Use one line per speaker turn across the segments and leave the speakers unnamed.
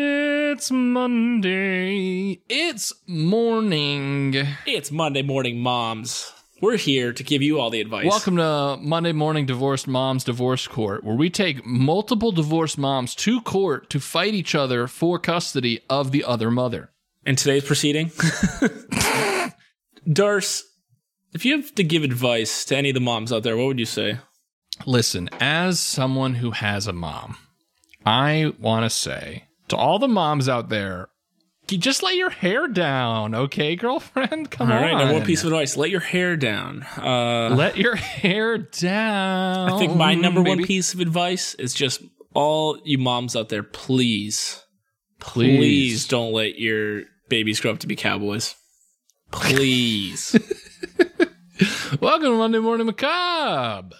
It's Monday. It's morning.
It's Monday morning, moms. We're here to give you all the advice.
Welcome to Monday Morning Divorced Moms Divorce Court, where we take multiple divorced moms to court to fight each other for custody of the other mother.
In today's proceeding, Darce, if you have to give advice to any of the moms out there, what would you say?
Listen, as someone who has a mom, I want to say to all the moms out there, you just let your hair down, okay, girlfriend? Come
All
on.
right, now one piece of advice: let your hair down. Uh,
let your hair down.
I think my number one
baby.
piece of advice is just all you moms out there, please, please, don't let your babies grow up to be cowboys. Please.
Welcome to Monday Morning Macabre,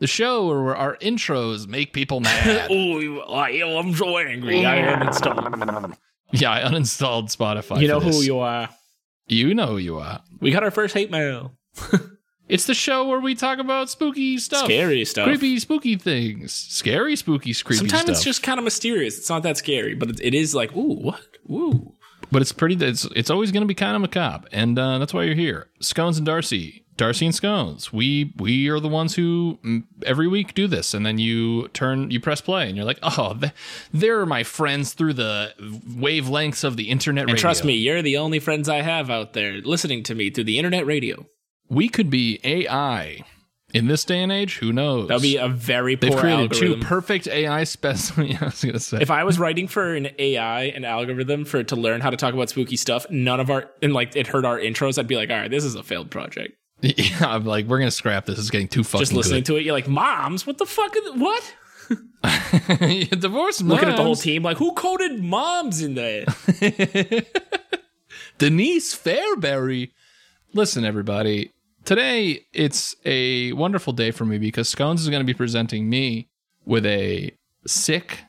the show where our intros make people mad.
oh, I am so angry. I am installed.
yeah, I uninstalled Spotify.
You know
for this.
who you are.
You know who you are.
We got our first hate mail.
It's the show where we talk about spooky stuff,
Scary stuff.
creepy, spooky things, scary, spooky, creepy.
Sometimes
stuff.
it's just kind of mysterious. It's not that scary, but it, it is like, ooh, what? Ooh.
but it's pretty. It's it's always going to be kind of macabre, and uh, that's why you're here. Scones and Darcy, Darcy and Scones. We we are the ones who mm, every week do this, and then you turn, you press play, and you're like, oh, th- they're my friends through the wavelengths of the internet.
And trust me, you're the only friends I have out there listening to me through the internet radio.
we could be AI in this day and age. Who knows?
That'd be a very poor
They've created
algorithm.
two perfect AI specimens. yeah, I was gonna say.
if I was writing for an AI, an algorithm for to learn how to talk about spooky stuff, none of our and like it hurt our intros, I'd be like, all right, this is a failed project.
yeah, I'm like, we're gonna scrap this. It's getting too fucking
Just listening to it, you're like, moms, what the fuck? Is, what?
good. Divorce.
Looking at the whole team, like, who coded moms in there?
Denise Fairberry. Listen, everybody. Today it's a wonderful day for me because Scones is going to be presenting me with a sick,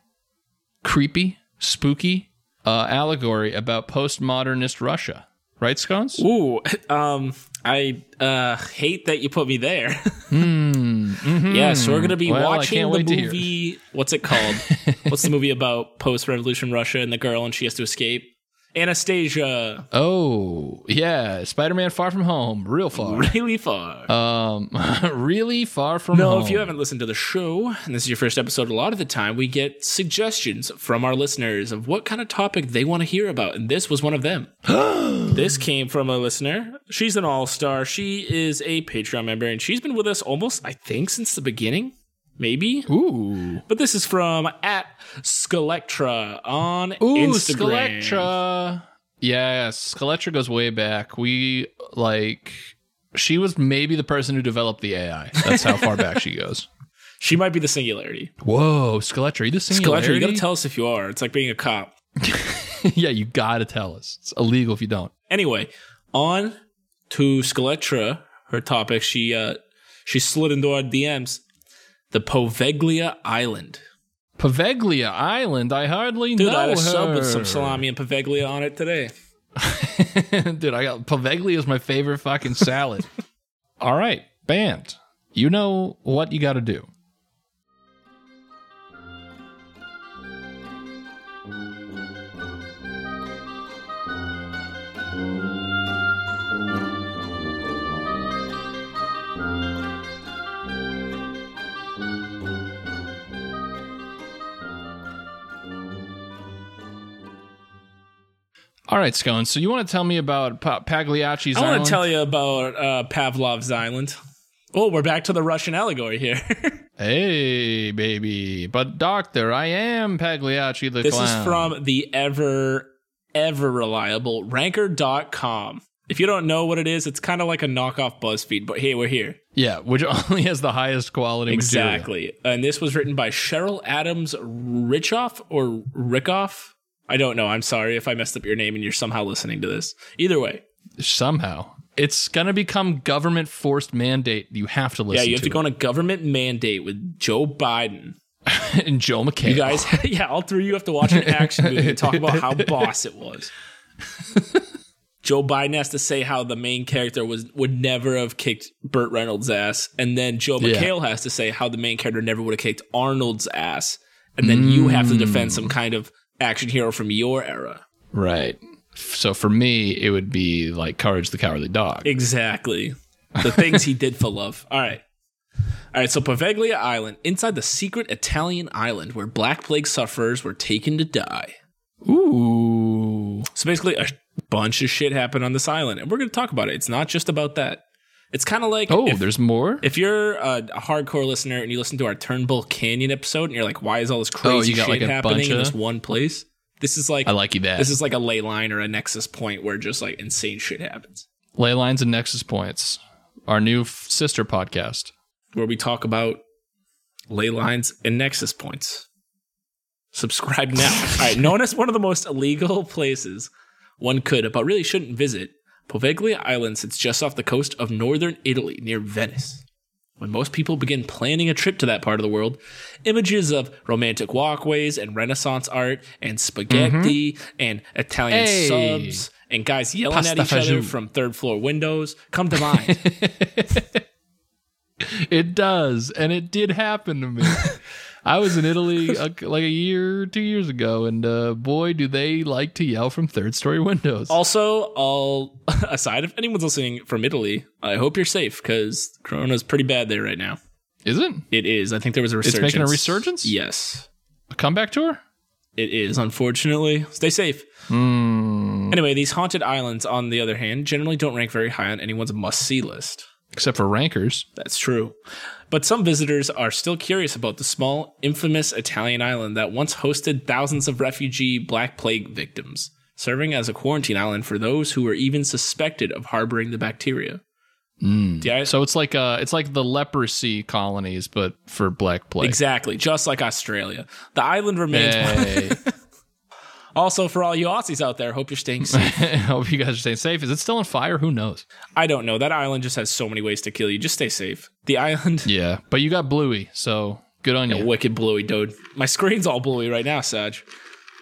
creepy, spooky uh, allegory about postmodernist Russia. Right, Scones?
Ooh, um, I uh, hate that you put me there. Yes, we're gonna be
Hmm, Well, I
watching
can't
the
wait to hear.
movie. What's it called? What's the movie about post-revolution Russia and the girl and she has to escape? Anastasia,
Oh, yeah. Spider Man Far From Home. Real far.
really far.
Um, really far from
no,
home.
if you haven't listened to the show and this is your first episode, a lot of the time we get suggestions from our listeners of what kind of topic they want to hear about, and this was one of them. this came from a listener. She's an all-star. She is a Patreon member, and she's been with us almost, I think, since the beginning. Maybe
Ooh.
But this is from at Skelectra on
Ooh,
Instagram.
Skeletra. Yes, Skeletra goes way back. We like she was maybe the person who developed the AI. That's how far back she goes.
She might be the singularity.
Whoa, Skeletra, are you the singularity?
Skelectra, you gotta tell us if you are. It's like being a cop.
yeah, you gotta tell us. It's illegal if you don't.
Anyway, on to Skeletra, her topic. She uh she slid into our DMs. The Poveglia Island.
Paveglia Island, I hardly
Dude,
know
I had a
her.
sub with some salami and Poveglia on it today.
Dude, I got Paveglia is my favorite fucking salad. All right, band. You know what you got to do. All right, Scone. So you want to tell me about pa- Pagliacci's
I
Island?
want to tell you about uh, Pavlov's Island. Oh, we're back to the Russian allegory here.
Hey, baby. But, Doctor, I am Pagliacci the
This
Clown.
is from the ever, ever reliable ranker.com. If you don't know what it is, it's kind of like a knockoff BuzzFeed, but hey, we're here.
Yeah, which only has the highest quality material.
Exactly. And this was written by Cheryl Adams Richoff or Rickoff. I don't know. I'm sorry if I messed up your name and you're somehow listening to this. Either way,
Somehow. It's going to become government forced mandate. You have to
yeah,
listen
you have to
to,
go on a government mandate with Joe Biden.
it. And Joe McHale.
You guys, yeah, all three of you have to watch an action movie and talk about how boss it was. Joe Biden has to say how the main character was would never have kicked Burt Reynolds' ass, and then Joe
Yeah.
McHale has to say how the main character never would have kicked Arnold's ass, and then you have to defend some kind of action hero from your era.
Right. So for me, it would be like Courage the Cowardly Dog.
Exactly. The things he did for love. All right. All right, so Paveglia Island, inside the secret Italian island where Black Plague sufferers were taken to die.
Ooh.
So basically, a bunch of shit happened on this island, and we're going to talk about it. It's not just about that. It's kind of like
Oh,
if,
there's more?
if you're a, a hardcore listener and you listen to our Turnbull Canyon episode, and you're like, "Why is all this crazy
Oh, you got,
shit
like, a bunch
happening in
of-
this one place?" This is like
I like you that.
this is like a ley line or a nexus point where just like insane shit happens,
Ley Lines and Nexus Points, our new f- sister podcast.
where we talk about ley lines and nexus points. Subscribe now. all right, known as one of the most illegal places one could, but really shouldn't visit, Poveglia Island sits just off the coast of northern Italy near Venice. When most people begin planning a trip to that part of the world, images of romantic walkways and Renaissance art and spaghetti and Italian
Mm-hmm. Hey.
subs and guys yelling at
Pasta
each other
fagioli.
from third floor windows come to mind.
It does, and it did happen to me. I was in Italy uh, like a year, two years ago, and uh, boy, do they like to yell from third story windows.
also, all aside, if anyone's listening from Italy, I hope you're safe because Corona's pretty bad there right now.
Is it
It is. I think there was a resurgence.
making a resurgence?
Yes.
a comeback tour?
It is, unfortunately. Stay safe.
Hmm.
Anyway, these haunted islands, on the other hand, generally don't rank very high on anyone's must see list.
Except for rankers.
That's true. But some visitors are still curious about the small, infamous Italian island that once hosted thousands of refugee Black Plague victims, serving as a quarantine island for those who were even suspected of harboring the bacteria. The i-
So it's like uh, it's like the leprosy colonies, but for black plague.
exactly, just like Australia. The island remains.
Hey.
Also, for all you Aussies out there, hope you're staying safe.
Hope you guys are staying safe. Is it still on fire? Who knows?
I don't know. That island just has so many ways to kill you. Just stay safe. The island.
Yeah, but you got Bluey, so good on you.
Wicked bluey, dude. My screen's all bluey right now, Saj.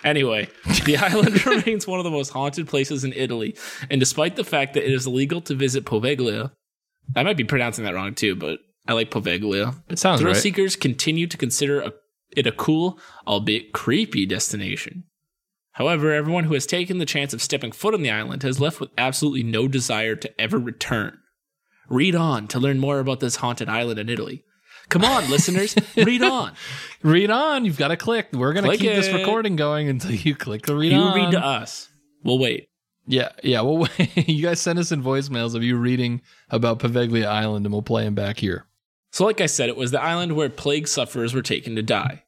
Anyway, the island remains one of the most haunted places in Italy. And despite the fact that it is illegal to visit Poveglia, I might be pronouncing that wrong too, but I like Poveglia.
It sounds
Thrill
right.
seekers continue to consider a, it a cool, albeit creepy, destination. However, everyone who has taken the chance of stepping foot on the island has left with absolutely no desire to ever return. Read on to learn more about this haunted island in Italy. Come on, listeners, read on.
Read on. You've got to click. We're gonna
Click
keep this
it.
recording going until you click the read
You
on.
read to us. We'll wait.
yeah, yeah. Well, you guys send us in voicemails of you reading about Paveglia Island, and we'll play them back here.
So, like I said, it was the island where plague sufferers were taken to die.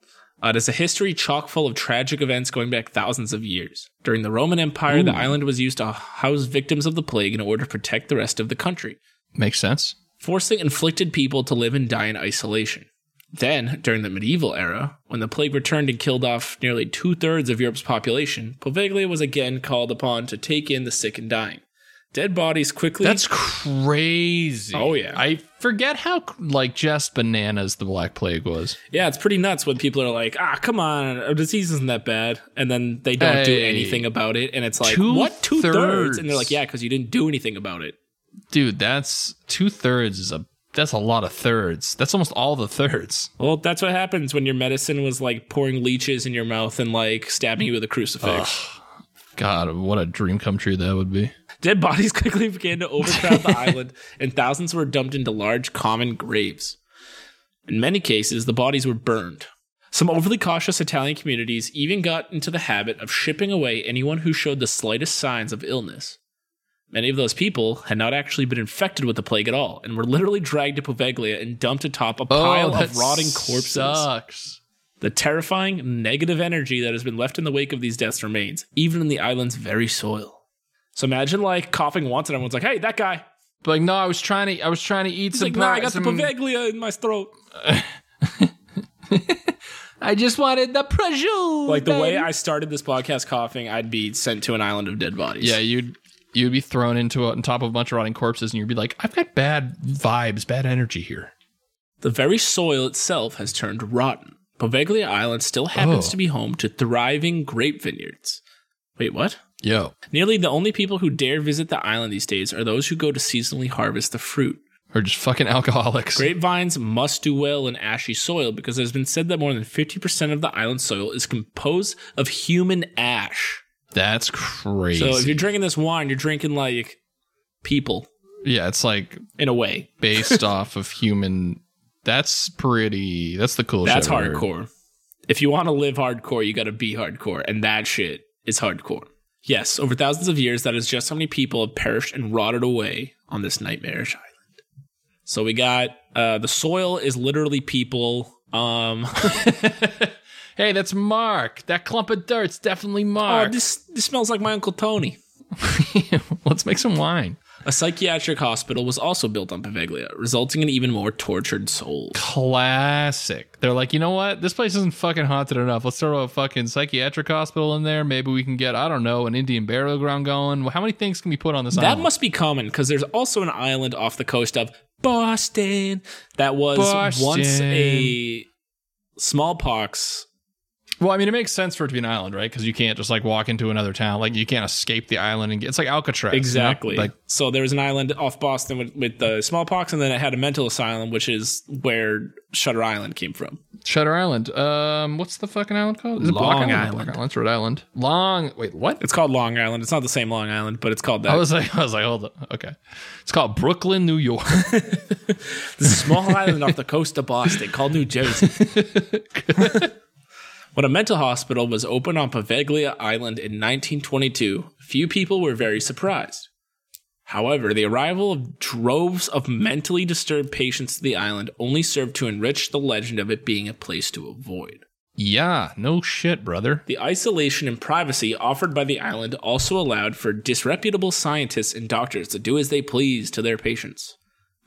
Uh, it is a history chock full of tragic events going back thousands of years. During the Roman Empire, the island was used to house victims of the plague in order to protect the rest of the country,
Makes sense.
forcing inflicted people to live and die in isolation. Then, during the medieval era, when the plague returned and killed off nearly two thirds of Europe's population, Poveglia was again called upon to take in the sick and dying. Dead bodies quickly.
That's crazy.
Oh, yeah.
I forget how like just bananas the Black Plague was.
Yeah, it's pretty nuts when people are like, ah, come on, a disease isn't that bad. And then they don't do
Hey.
anything about it. And it's like,
Two
what? Two thirds?
thirds.
And they're like, yeah, because you didn't do anything about it.
Dude, that's two thirds is a that's a lot of thirds. That's almost all the thirds.
Well, that's what happens when your medicine was like pouring leeches in your mouth and like stabbing you with a crucifix.
God, what a dream come true that would be.
Dead bodies quickly began to overcrowd the island, and thousands were dumped into large common graves. In many cases, the bodies were burned. Some overly cautious Italian communities even got into the habit of shipping away anyone who showed the slightest signs of illness. Many of those people had not actually been infected with the plague at all and were literally dragged to Poveglia and dumped atop a pile of
Oh, that
rotting corpses.
Sucks.
The terrifying negative energy that has been left in the wake of these deaths remains, even in the island's very soil. So imagine like coughing once and everyone's like, hey, that guy.
But like, no, I was trying to I was trying to eat
He's
some
like, nah, I
pri-
got the
some-
Poveglia in my throat.
I just wanted the prosciutto.
Like the way
baby.
I started this podcast coughing, I'd be sent to an island of dead bodies.
Yeah, you'd you'd be thrown into a, on top of a bunch of rotting corpses, and you'd be like, "I've got bad vibes, bad energy here."
The very soil itself has turned rotten. Poveglia Island still happens
Oh.
to be home to thriving grape vineyards. Wait, what?
Yo,
Nearly the only people who dare visit the island these days are those who go to seasonally harvest the fruit.
are just fucking alcoholics.
Grapevines must do well in ashy soil because it has been said that more than 50% of the island soil is composed of human ash.
That's crazy.
So if you're drinking this wine, you're drinking like people
yeah, it's like
in a way.
based off of human. That's pretty. That's the coolest.
That's
shit I've ever heard.
hardcore. If you want to live hardcore, you got to be hardcore, and that shit is hardcore. Yes, over thousands of years, that is just how many people have perished and rotted away on this nightmarish island. So we got uh, the soil is literally people. Um,
Hey, that's Mark. That clump of dirt's definitely
oh,
Mark.
this this smells like my uncle Tony.
Let's make some wine.
A psychiatric hospital was also built on Paveglia, resulting in even more tortured souls.
Classic. They're like, you know what? This place isn't fucking haunted enough. Let's throw a fucking psychiatric hospital in there. Maybe we can get, I don't know, an Indian burial ground going. How many things can we put on this
That
island?
must be common because there's also an island off the coast of Boston that was once
Boston.
a smallpox.
well, I mean, it makes sense for it to be an island, right? Because you can't just like walk into another town. Like you can't escape the island and get. It's like Alcatraz. you know?
Like,
Like
so there was an island off Boston with, with the smallpox, and then it had a mental asylum, which is where Shutter Island came from.
Shutter Island. Um, what's the fucking island called? Is it Block Island?
Long Island.
Block Island. It's Rhode Island. Long. Wait, what?
It's called Long Island. It's not the same Long Island, but it's called that.
I was like, I was like, hold up. Okay, it's called Brooklyn, New York.
This is a small island off the coast of Boston called New Jersey. when a mental hospital was opened on Paveglia Island in 1922, few people were very surprised. However, the arrival of droves of mentally disturbed patients to the island only served to enrich the legend of it being a place to avoid.
yeah, no shit, brother.
The isolation and privacy offered by the island also allowed for disreputable scientists and doctors to do as they pleased to their patients.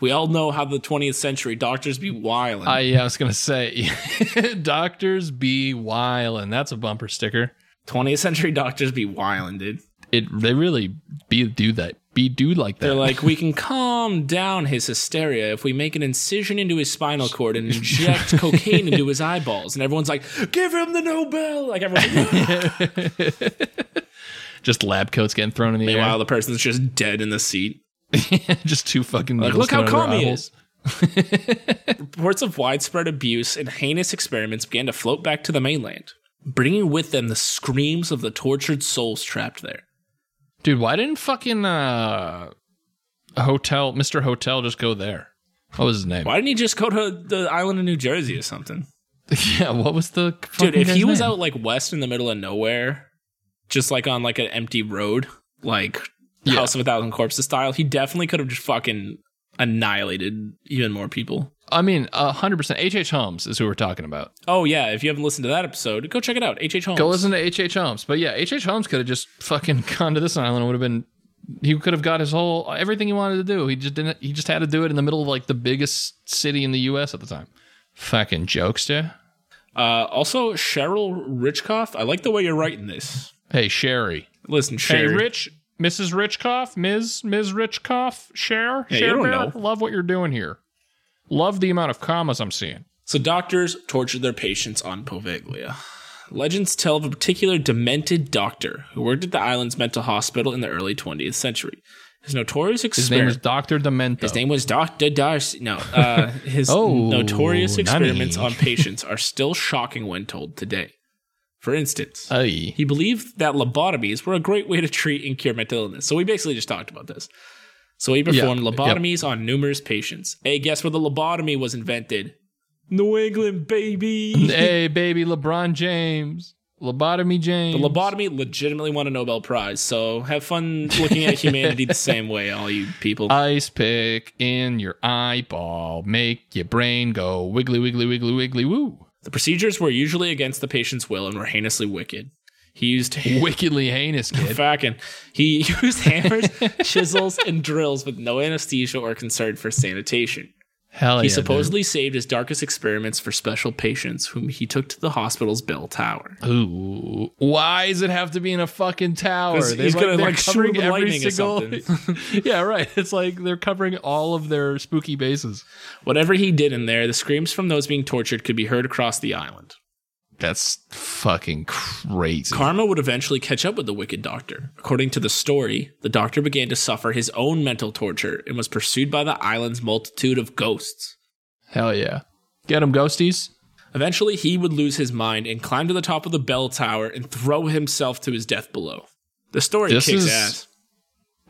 We all know how the 20th century doctors be wild.
I, yeah, I was gonna say, doctors be and That's a bumper sticker.
20th century doctors be wildin', dude.
It they really be do that. Be do like that.
They're like, we can calm down his hysteria if we make an incision into his spinal cord and inject cocaine into his eyeballs. And everyone's like, give him the Nobel. Like everyone's like,
just lab coats getting thrown in the
meanwhile, the person's just dead in the seat.
air. just two fucking.
Like,
needles
look how
thrown in their eye
calm he
holes.
is. Reports of widespread abuse and heinous experiments began to float back to the mainland, bringing with them the screams of the tortured souls trapped there.
Dude, why didn't fucking uh, hotel Mr. Hotel just go there? What was his name?
Why didn't he just go to the island of New Jersey or something?
Yeah, what was the fucking
dude if
guy's
he was
name?
out like west in the middle of nowhere just like on like an empty road like
Yeah.
house of a thousand corpses style he definitely could have just fucking annihilated even more people
I mean, hundred percent. H. H. Holmes is who we're talking about.
oh yeah if you haven't listened to that episode go check it out hh holmes
Go listen to H. H. Holmes. But yeah, H. H. Holmes could have just fucking gone to this island. It would have been. He could have got his whole everything he wanted to do. He just didn't. He just had to do it in the middle of like the biggest city in the U.S. at the time. Fucking jokester.
uh, also cheryl richkoff i like the way you're writing this
Hey Sherry.
listen Sherry.
Rich. Mrs. Richkoff. Ms. Ms. Richkoff. Share.
you don't know.
Love what you're doing here. Love the amount of commas I'm seeing.
So doctors tortured their patients on Poveglia. Legends tell of a particular demented doctor who worked at the island's mental hospital in the early 20th century. His notorious
His name
experiment.
is Doctor Demento.
His name was Dr. Darcy. No, uh, his
Oh,
notorious
nutty.
experiments on patients are still shocking when told today. For instance,
Hey.
he believed that lobotomies were a great way to treat and cure mental illness. So we basically just talked about this. So he performed
yep.
lobotomies on numerous patients. Hey, guess where the lobotomy was invented? New England, baby.
hey, baby, LeBron James, lobotomy James.
The lobotomy legitimately won a Nobel Prize. So have fun looking at humanity the same way, all you people.
Ice pick in your eyeball, make your brain go wiggly, wiggly, wiggly, wiggly, woo.
The procedures were usually against the patient's will and were heinously wicked. He used
Wickedly heinous, kid.
fucking he used hammers, chisels, and drills with no anesthesia or concern for sanitation.
Hell
He
yeah.
supposedly saved his darkest experiments for special patients whom he took to the hospital's bell tower.
dude. Ooh. Why does it have to be in a fucking tower?
'Cause he's gonna,
they're
like, shoot
covering
with
every
lightning or
yeah, right. It's like they're covering all of their spooky bases.
Whatever he did in there, the screams from those being tortured could be heard across the island.
That's fucking crazy.
Karma would eventually catch up with the wicked doctor. According to the story, the doctor began to suffer his own mental torture and was pursued by the island's multitude of ghosts.
Hell yeah. Get him, ghosties.
Eventually, he would lose his mind and climb to the top of the bell tower and throw himself to his death below. The story
This
kicks
is-
ass.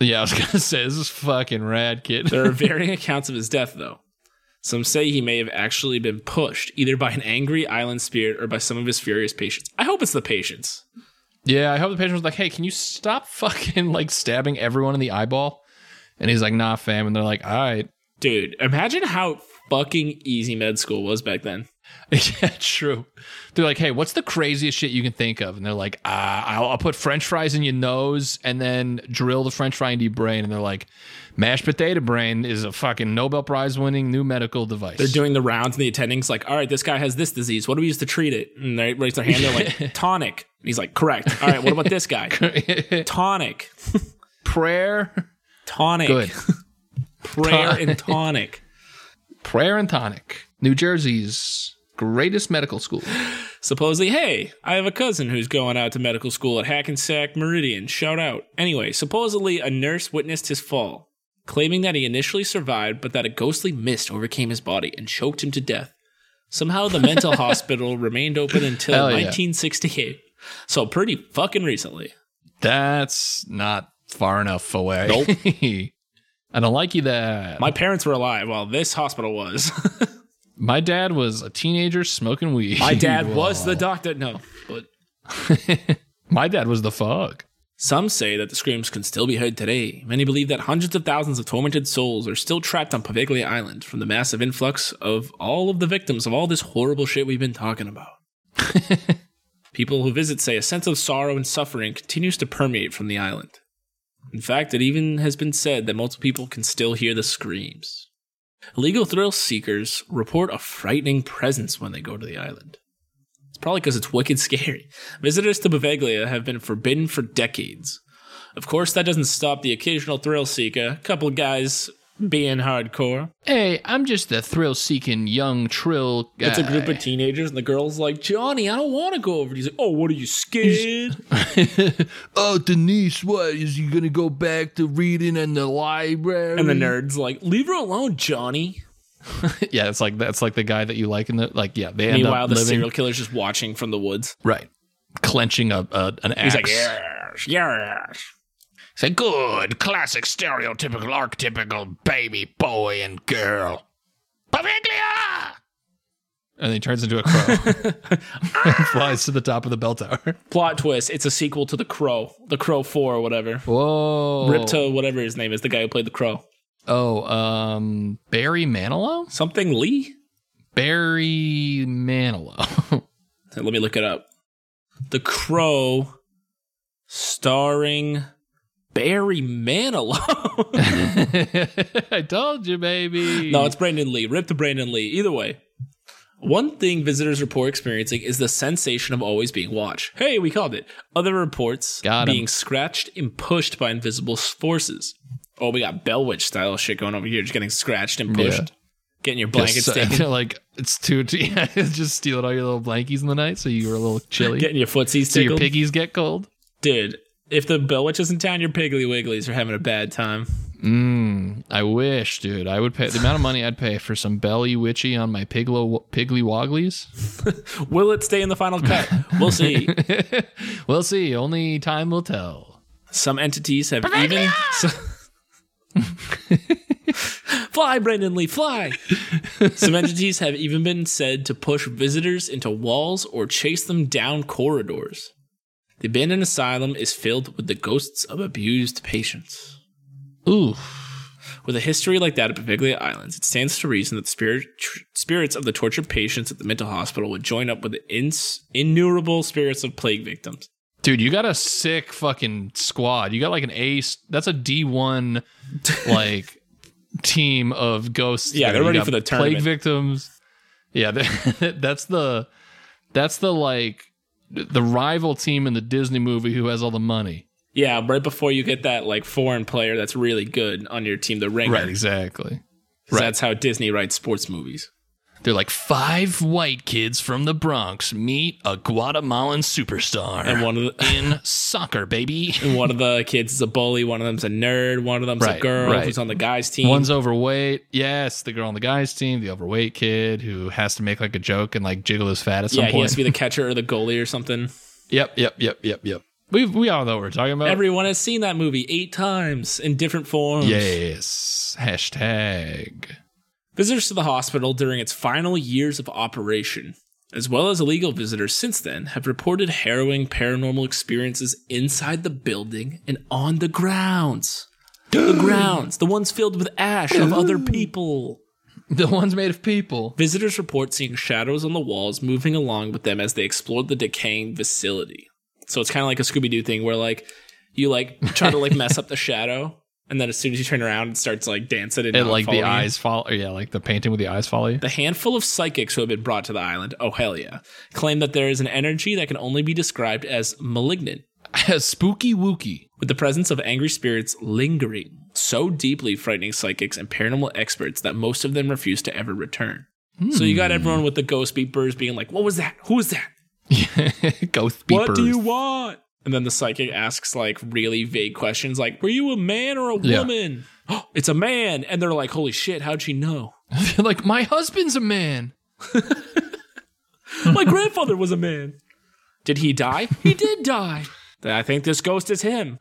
Yeah, I was gonna say this is fucking rad, kid.
There are varying accounts of his death, though. Some say he may have actually been pushed either by an angry island spirit or by some of his furious patients. I hope it's the patients.
yeah, I hope the patient was like, "Hey, can you stop fucking like stabbing everyone in the eyeball?" And he's like, "Nah, fam." And they're like, "All right."
Dude, imagine how fucking easy med school was back then.
yeah, true. They're like, "Hey, what's the craziest shit you can think of?" And they're like, uh, I'll, "I'll put French fries in your nose and then drill the French fry into your brain." And they're like, "Mashed potato brain is a fucking Nobel Prize winning new medical device."
They're doing the rounds and the attending's like, all right, this guy has this disease. What do we use to treat it? And they raise their hand. They're like, tonic. And he's like, correct. All right, what about this guy?
doing
Tonic.
prayer,
Tonic.
good
Prayer and tonic.
prayer and tonic. New Jersey's greatest medical school.
Supposedly, hey, I have a cousin who's going out to medical school at Hackensack Meridian. Shout out. Anyway, supposedly a nurse witnessed his fall, claiming that he initially survived, but that a ghostly mist overcame his body and choked him to death. Somehow the mental hospital remained open until
Hell yeah.
1968. So pretty fucking recently.
That's not far enough away.
Nope.
I don't like you that.
My parents were alive while this hospital was.
My dad was a teenager smoking weed.
My dad was the doctor. No, but
My dad was the fog.
Some say that the screams can still be heard today. Many believe that hundreds of thousands of tormented souls are still trapped on Paviglia Island from the massive influx of all of the victims of all this horrible shit we've been talking about. People who visit say a sense of sorrow and suffering continues to permeate from the island. In fact, it even has been said that multiple people can still hear the screams. Illegal thrill seekers report a frightening presence when they go to the island. It's probably because it's wicked scary. Visitors to Baveglia have been forbidden for decades. Of course, that doesn't stop the occasional thrill seeker, couple guys being hardcore.
Hey, I'm just a thrill seeking young trill guy.
It's a group of teenagers, and the girl's like, Johnny, I don't want to go over. He's like, Oh, what are you scared?
oh, Denise, what? Is you going to go back to reading in the library?
and the nerd's like, Leave her alone, Johnny.
yeah, it's like that's like the guy that you like in the like yeah, they end
Meanwhile,
up
the
living
serial killer's just watching from the woods.
right. Clenching a, a an axe.
He's like, Yes, yes.
It's a good, classic, stereotypical, archetypical baby boy and girl. Paviglia! And he turns into a crow and flies to the top of the bell tower.
Plot twist it's a sequel to The Crow, The Crow 4 or whatever.
Whoa.
Ripto, whatever his name is, the guy who played The Crow.
Oh, um, Barry Manilow?
Something Lee?
Barry Manilow.
Let me look it up. The Crow, starring Barry Manilow.
I told you, baby.
no, it's Brandon Lee. Rip to Brandon Lee. Either way. One thing visitors report experiencing is the sensation of always being watched. Hey, we called it. Other reports
Got 'em.
being scratched and pushed by invisible forces. Oh, we got Bell Witch style shit going over here, just getting scratched and pushed.
Yeah.
Getting your blankets
Just, uh,
taken,
like it's too. just stealing all your little blankies in the night, so you were a little chilly.
getting your footsies
so your
tickled.
piggies get cold.
Dude, if the Bell Witch is in town, your Piggly Wigglies are having a bad time.
Mm, I wish, dude. I would pay the amount of money I'd pay for some belly witchy on my piglo, piggly wogglies.
Will it stay in the final cut? We'll see.
we'll see. Only time will tell.
Some entities have even. fly, Brendan Lee, fly! Some entities have even been said to push visitors into walls or chase them down corridors. The abandoned asylum is filled with the ghosts of abused patients.
Ooh,
With a history like that at Paviglia Islands, it stands to reason that the spirit, tr- spirits of the tortured patients at the mental hospital would join up with the ins- innumerable spirits of plague victims.
dude, you got a sick fucking squad. You got like an ace. That's a D one like team of ghosts.
Yeah,
there.
they're
You
ready
got
for the
Plague
tournament.
victims. Yeah, they- that's the that's the like the rival team in the Disney movie who has all the money.
Yeah, right before you get that like foreign player that's really good on your team, the ringer.
exactly.
'Cause That's how Disney writes sports movies.
They're like five white kids from the Bronx meet a Guatemalan superstar
And one of the
in soccer, baby.
and one of the kids is a bully, one of them's a nerd, one of them's
Right,
a girl
right.
who's on the guys team.
One's overweight. Yes, the girl on the guys team, the overweight kid who has to make like a joke and like jiggle his fat at some
yeah, he
point.
has to be the catcher or the goalie or something.
yep, yep, yep, yep, yep. We we all know what we're talking about.
Everyone has seen that movie eight times in different forms.
yes. Hashtag.
Visitors to the hospital during its final years of operation, as well as illegal visitors since then, have reported harrowing paranormal experiences inside the building and on the grounds. The grounds, the ones filled with ash of other people.
The ones made of people.
Visitors report seeing shadows on the walls moving along with them as they explore the decaying facility. So it's kind of like a Scooby Doo thing where like you like try to like mess up the shadow, and then as soon as you turn around, it starts like dancing and,
And
not
like the
following you.
eyes follow yeah, like the painting with the eyes follow you.
The handful of psychics who have been brought to the island, oh hell yeah, claim that there is an energy that can only be described as malignant,
Spooky wookie.
with the presence of angry spirits lingering, so deeply frightening psychics and paranormal experts that most of them refuse to ever return. So you
Hmm.
got everyone with the ghost beepers being like, What was that? Who was that?
Ghost beepers.
What do you want? And then the psychic asks like really vague questions like, Were you a man or a
Yeah.
woman? it's a man. And they're like, Holy shit, how'd she know?
They're like, my husband's a man.
My grandfather was a man. Did he die? He did die. Then I think this ghost is him.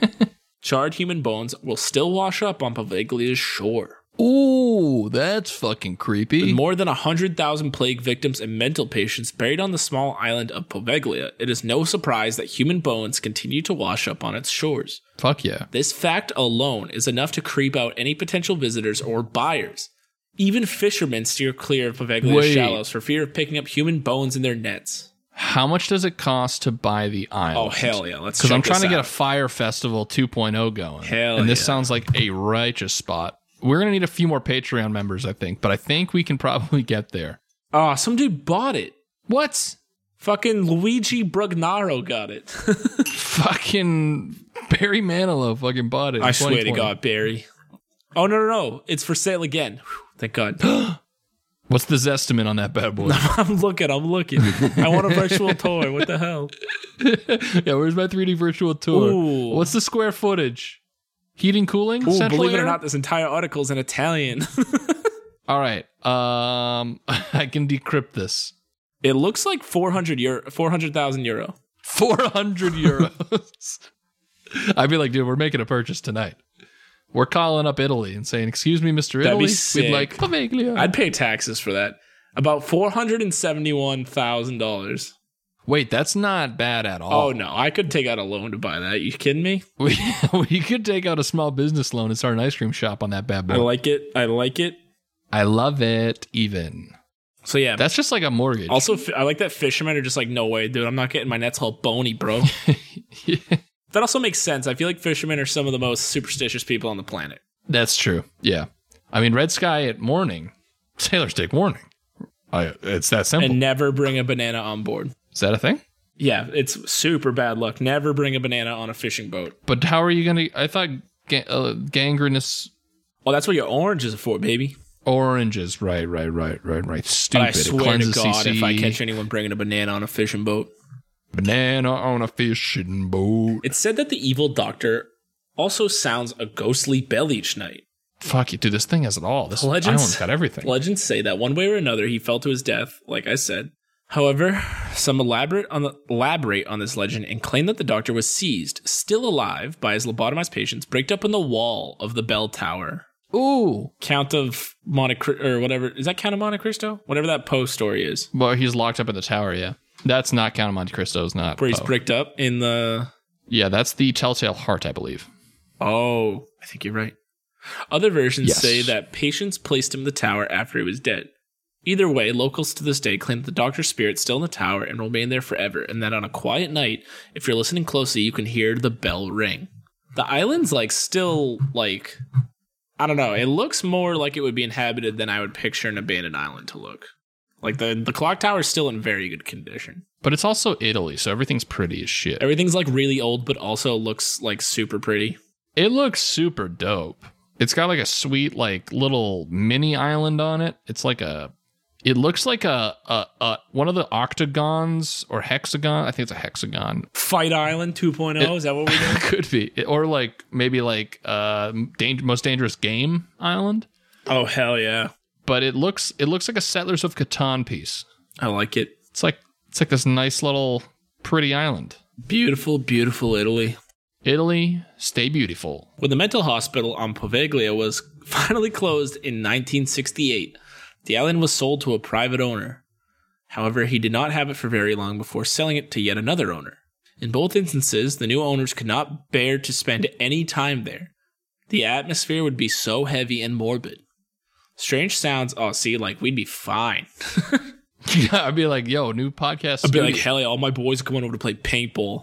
Charred human bones will still wash up on Paviglia's shore.
Ooh, that's fucking creepy.
With more than 100,000 plague victims and mental patients buried on the small island of Poveglia, it is no surprise that human bones continue to wash up on its shores.
Fuck yeah.
This fact alone is enough to creep out any potential visitors or buyers. Even fishermen steer clear of Paveglia's
Wait.
shallows for fear of picking up human bones in their nets.
How much does it cost to buy the island?
Oh, hell yeah. Let's
Because I'm
check this
trying to get
out.
a Fire Festival 2.0 going.
Hell
and this
yeah.
sounds like a righteous spot. We're going to need a few more Patreon members, I think, but I think we can probably get there.
Oh, some dude bought it.
What?
Fucking Luigi Brugnaro got it.
Fucking Barry Manilow fucking bought it. in
I swear to
2020.
God, Barry. Oh no, no, no! It's for sale again. Whew, thank God.
What's the Zestimate on that bad boy?
I'm looking. I'm looking. I want a virtual tour. What the hell?
yeah, where's my 3D virtual tour?
Ooh.
What's the square footage? Heating, cooling,
Ooh,
central
believe it or
air?
not, this entire article is in Italian.
All right. Um, I can decrypt this.
it looks like 400 euro, 400,000 euro.
400 euros. I'd be like, dude, we're making a purchase tonight. We're calling up Italy and saying, excuse me, Mr.
That'd be
Italy.
sick.
We'd like Paviglia.
I'd pay taxes for that. About four hundred and seventy-one thousand dollars.
Wait, that's not bad at all.
Oh no, I could take out a loan to buy that. You kidding me?
We, we could take out a small business loan and start an ice cream shop on that bad boy.
I like it. I like it.
I love it even.
So yeah,
That's just like a mortgage.
Also, fi- I like that fishermen are just like, no way, dude, I'm not getting my nets all bony, bro. That also makes sense. I feel like fishermen are some of the most superstitious people on the planet.
That's true. Yeah. I mean, red sky at morning, sailors take warning. I, it's that simple.
And never bring a banana on board.
Is that a thing?
Yeah, it's super bad luck. Never bring a banana on a fishing boat.
But how are you going to? I thought ga- uh, gangrenous
Well, that's what your oranges are for, baby.
oranges. Right, right, right, right, right.
But
Stupid.
I
It
swear to
cleanses
God, if I
CC.
catch anyone bringing a banana on a fishing boat.
banana on a fishing boat,
It's said that the evil doctor also sounds a ghostly bell each night.
fuck you, dude. This thing has it all. This
Legends-
island's got everything.
Legends say that one way or another he fell to his death, like I said. However, some elaborate on the, elaborate on this legend and claim that the doctor was seized, still alive, by his lobotomized patients, bricked up on the wall of the bell tower.
Ooh.
Count of Monte Cri- or whatever is that Count of Monte Cristo? Whatever that Poe story is,
Well, he's locked up in the tower. Yeah, that's not Count of Monte Cristo. It's not.
where he's
Poe.
bricked up in the.
yeah, that's the Telltale Heart, I believe.
Oh, I think you're right. Other versions
Yes.
say that patients placed him in the tower after he was dead. Either way, locals to this day claim that the doctor's spirit still in the tower and will remain there forever, and that on a quiet night, if you're listening closely, you can hear the bell ring. The island's like still like I don't know. It looks more like it would be inhabited than I would picture an abandoned island to look. Like the the clock tower's still in very good condition.
But it's also Italy, so everything's pretty as shit.
Everything's like really old, but also looks like super pretty.
It looks super dope. It's got like a sweet, like little mini island on it. It's like a It looks like a, a, a one of the octagons or hexagon. I think it's a hexagon.
Fight Island 2.0. Is that what we're doing?
Could be, or like maybe like uh, dang- most dangerous game island.
oh hell yeah!
But it looks it looks like a Settlers of Catan piece.
I like it.
It's like it's like this nice little pretty island.
Beautiful, beautiful Italy.
Italy, stay beautiful.
When the mental hospital on Poveglia was finally closed in 1968, the island was sold to a private owner. However, he did not have it for very long before selling it to yet another owner. In both instances, the new owners could not bear to spend any time there. The atmosphere would be so heavy and morbid. Strange sounds, oh, see, like we'd be fine.
Yeah, I'd be like, yo, new podcast.
I'd be
studio.
like, hell yeah, all my boys are coming over to play paintball.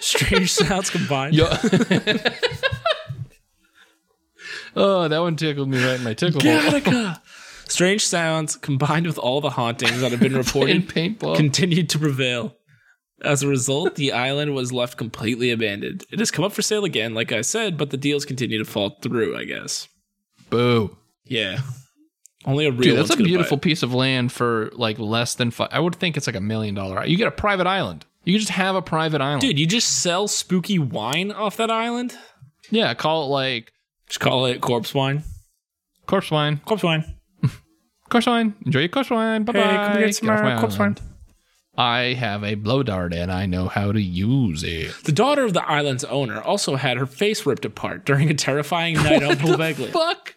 Strange sounds combined.
Yo. oh, that one tickled me right in my tickle. hole.
Gattaca. Strange sounds combined with all the hauntings that have been
In
reported
paintball.
continued to prevail. As a result, the island was left completely abandoned. It has come up for sale again, like I said, but the deals continue to fall through, I guess.
Boo.
Yeah. Only a real
Dude, that's
one's
a
gonna buy
beautiful
it.
piece of land for like less than five. I would think it's like a million dollar. You get a private island. You just have a private island.
Dude, you just sell spooky wine off that island?
Yeah, call it like
Just call it corpse wine.
corpse wine.
Corpse wine.
Corpse wine. Enjoy your corpse wine. Bye bye.
come get some, uh, corpse wine.
I have a blow dart and I know how to use it.
The daughter of the island's owner also had her face ripped apart during a terrifying night on Poveglia.
Fuck.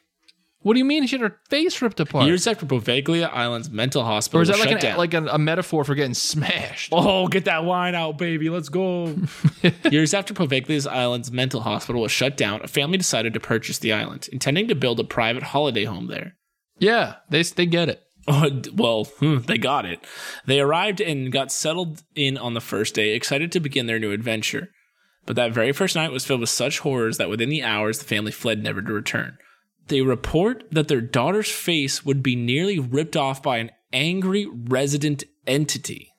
What do you mean she had her face ripped apart?
Years after Poveglia Island's mental hospital
or is that
was
like
shut
an,
down.
like an, a metaphor for getting smashed?
Oh, get that wine out, baby. Let's go. Years after Poveglia's island's mental hospital was shut down, a family decided to purchase the island, intending to build a private holiday home there.
Yeah, they they get it.
Oh, d- well, hmm, they got it. They arrived and got settled in on the first day, excited to begin their new adventure. But that very first night was filled with such horrors that within the hours the family fled never to return. They report that their daughter's face would be nearly ripped off by an angry resident entity.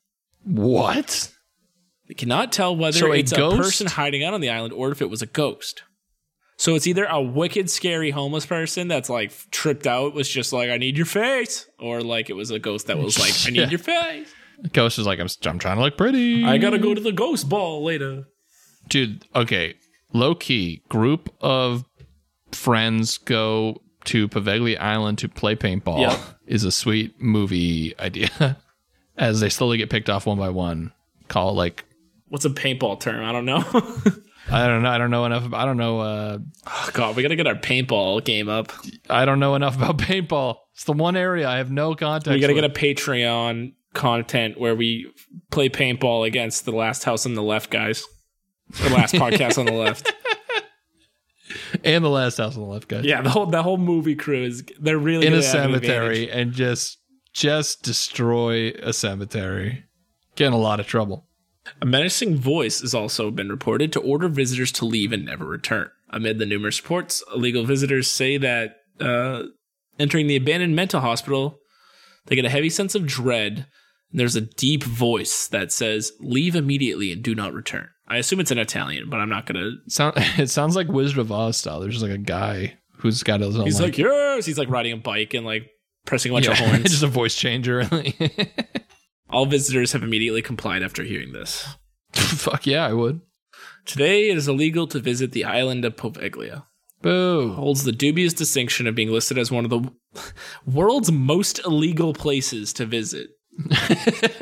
What?
They cannot tell whether
So a
it's a,
ghost?
person hiding out on the island or if it was a ghost. So it's either a wicked, scary homeless person that's like tripped out, was just like, I need your face, or like it was a ghost that was like, I need
Yeah.
your face.
Ghost is like, I'm, I'm trying to look pretty.
I gotta go to the ghost ball later.
Dude, okay. Low key, group of friends go to Paveglia Island to play paintball
Yeah.
is a sweet movie idea. As they slowly get picked off one by one. Call it like,
What's a paintball term? I don't know. oh,
I don't know. I don't know enough. ab- I don't know. Uh,
God, we gotta get our paintball game up.
I don't know enough about paintball. It's the one area I have no context.
We gotta get
with.
a Patreon content where we play paintball against the last house on the left, guys. The last podcast on the left.
and the last house on the left, guys.
Yeah, the whole the whole movie crew is they're really
in a
gonna have an advantage.
cemetery and just just destroy a cemetery. Get in a lot of trouble.
A menacing voice has also been reported to order visitors to leave and never return. Amid the numerous reports, illegal visitors say that uh, entering the abandoned mental hospital, they get a heavy sense of dread. And there's a deep voice that says, "Leave immediately and do not return." I assume it's in Italian, but I'm not gonna.
Sound it sounds like Wizard of Oz style. There's just like a guy who's got his own.
He's like, "Yes," he's like riding a bike and like pressing a bunch
yeah,
of horns.
just a voice changer.
All visitors have immediately complied after hearing this.
Fuck yeah, I would.
Today, it is illegal to visit the island of Poveglia.
Boo.
Holds the dubious distinction of being listed as one of the world's most illegal places to visit.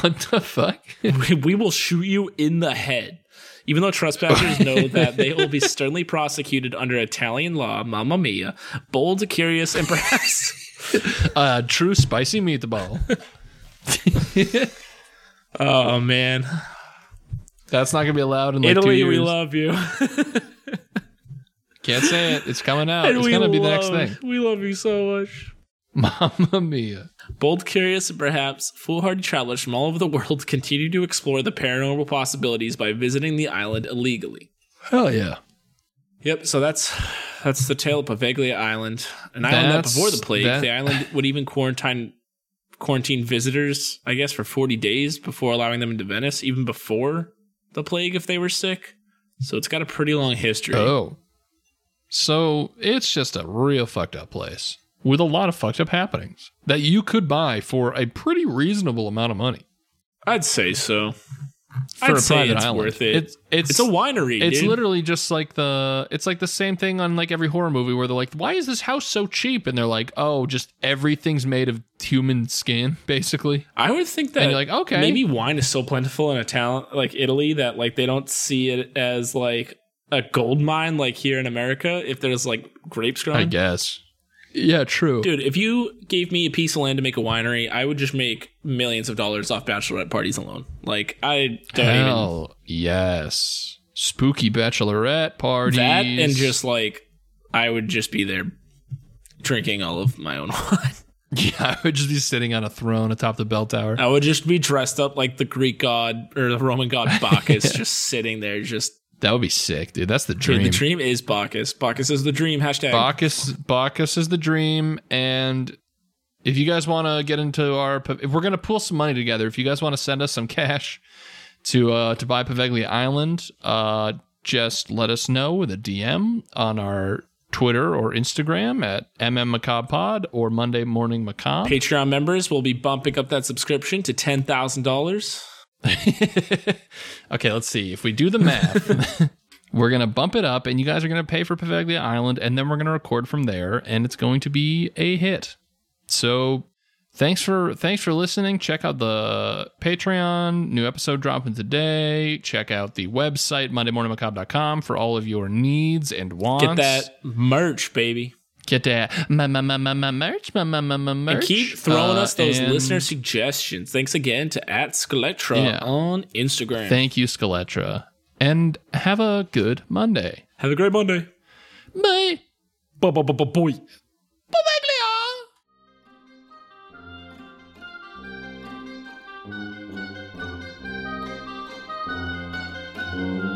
What the fuck?
We- we will shoot you in the head. Even though trespassers know that they will be sternly prosecuted under Italian law, mamma mia, bold, curious, and perhaps
Uh, true spicy meatball.
oh man,
That's not gonna be allowed in like two
Italy,
years.
we love you,
Can't say it. It's coming out.
And
it's
we
gonna be the next
love,
thing.
We love you so much.
Mamma mia.
Bold, curious, and perhaps foolhardy travelers from all over the world continue to explore the paranormal possibilities by visiting the island illegally.
Hell yeah.
Yep, so that's that's the tale of Paveglia Island, an island that
That's-
before the plague,
that-
the island would even quarantine quarantine visitors, I guess, for forty days before allowing them into Venice, even before the plague if they were sick. So it's got a pretty long history.
Oh. So it's just a real fucked up place. with a lot of fucked up happenings that you could buy for a pretty reasonable amount of money
I'd say so.
for
I'd
a
say
private
it's
island.
worth it.
It's it's,
It's a winery.
it's
dude.
literally just like the it's like the same thing on like every horror movie where they're like, why is this house so cheap? And they're like, oh, just everything's made of human skin, basically.
I would think that
And you're like, okay.
maybe wine is so plentiful in Italian, like Italy, that like they don't see it as like a gold mine like here in America. If there's like grapes
I
growing,
guess. Um, Yeah, true.
dude, if you gave me a piece of land to make a winery, I would just make millions of dollars off bachelorette parties alone. Like I don't even
Hell yes. Spooky bachelorette parties.
that, and just like I would just be there drinking all of my own wine.
yeah, I would just be sitting on a throne atop the bell tower.
I would just be dressed up like the Greek god or the Roman god Bacchus, just sitting there, just
That would be sick, dude. That's the
Dude,
dream.
the dream is Bacchus. Bacchus is the dream. Hashtag.
Bacchus, Bacchus is the dream, and if you guys want to get into our, if we're gonna pull some money together, if you guys want to send us some cash to uh, to buy Paveglia Island, uh, just let us know with a DM on our Twitter or Instagram at mmmacabpod or Monday Morning Macabre.
Patreon members will be bumping up that subscription to ten thousand dollars.
okay, let's see. If we do the math, we're going to bump it up, and you guys are going to pay for Pavaglia Island, and then we're going to record from there, and it's going to be a hit. So. Thanks for thanks for listening. Check out the Patreon. New episode dropping today. Check out the website, mondaymorningmacabre.com, for all of your needs and wants.
Get that merch, baby.
Get that. My, my, my, my, my merch. My, my, my, my merch.
And keep throwing
Uh,
us those
and
listener suggestions. Thanks again to at Skeletra
Yeah.
on Instagram.
Thank you, Skeletra. And have a good Monday.
Have a great Monday.
Bye.
Bye bye bye boy.
Pavaglia!
Thank you.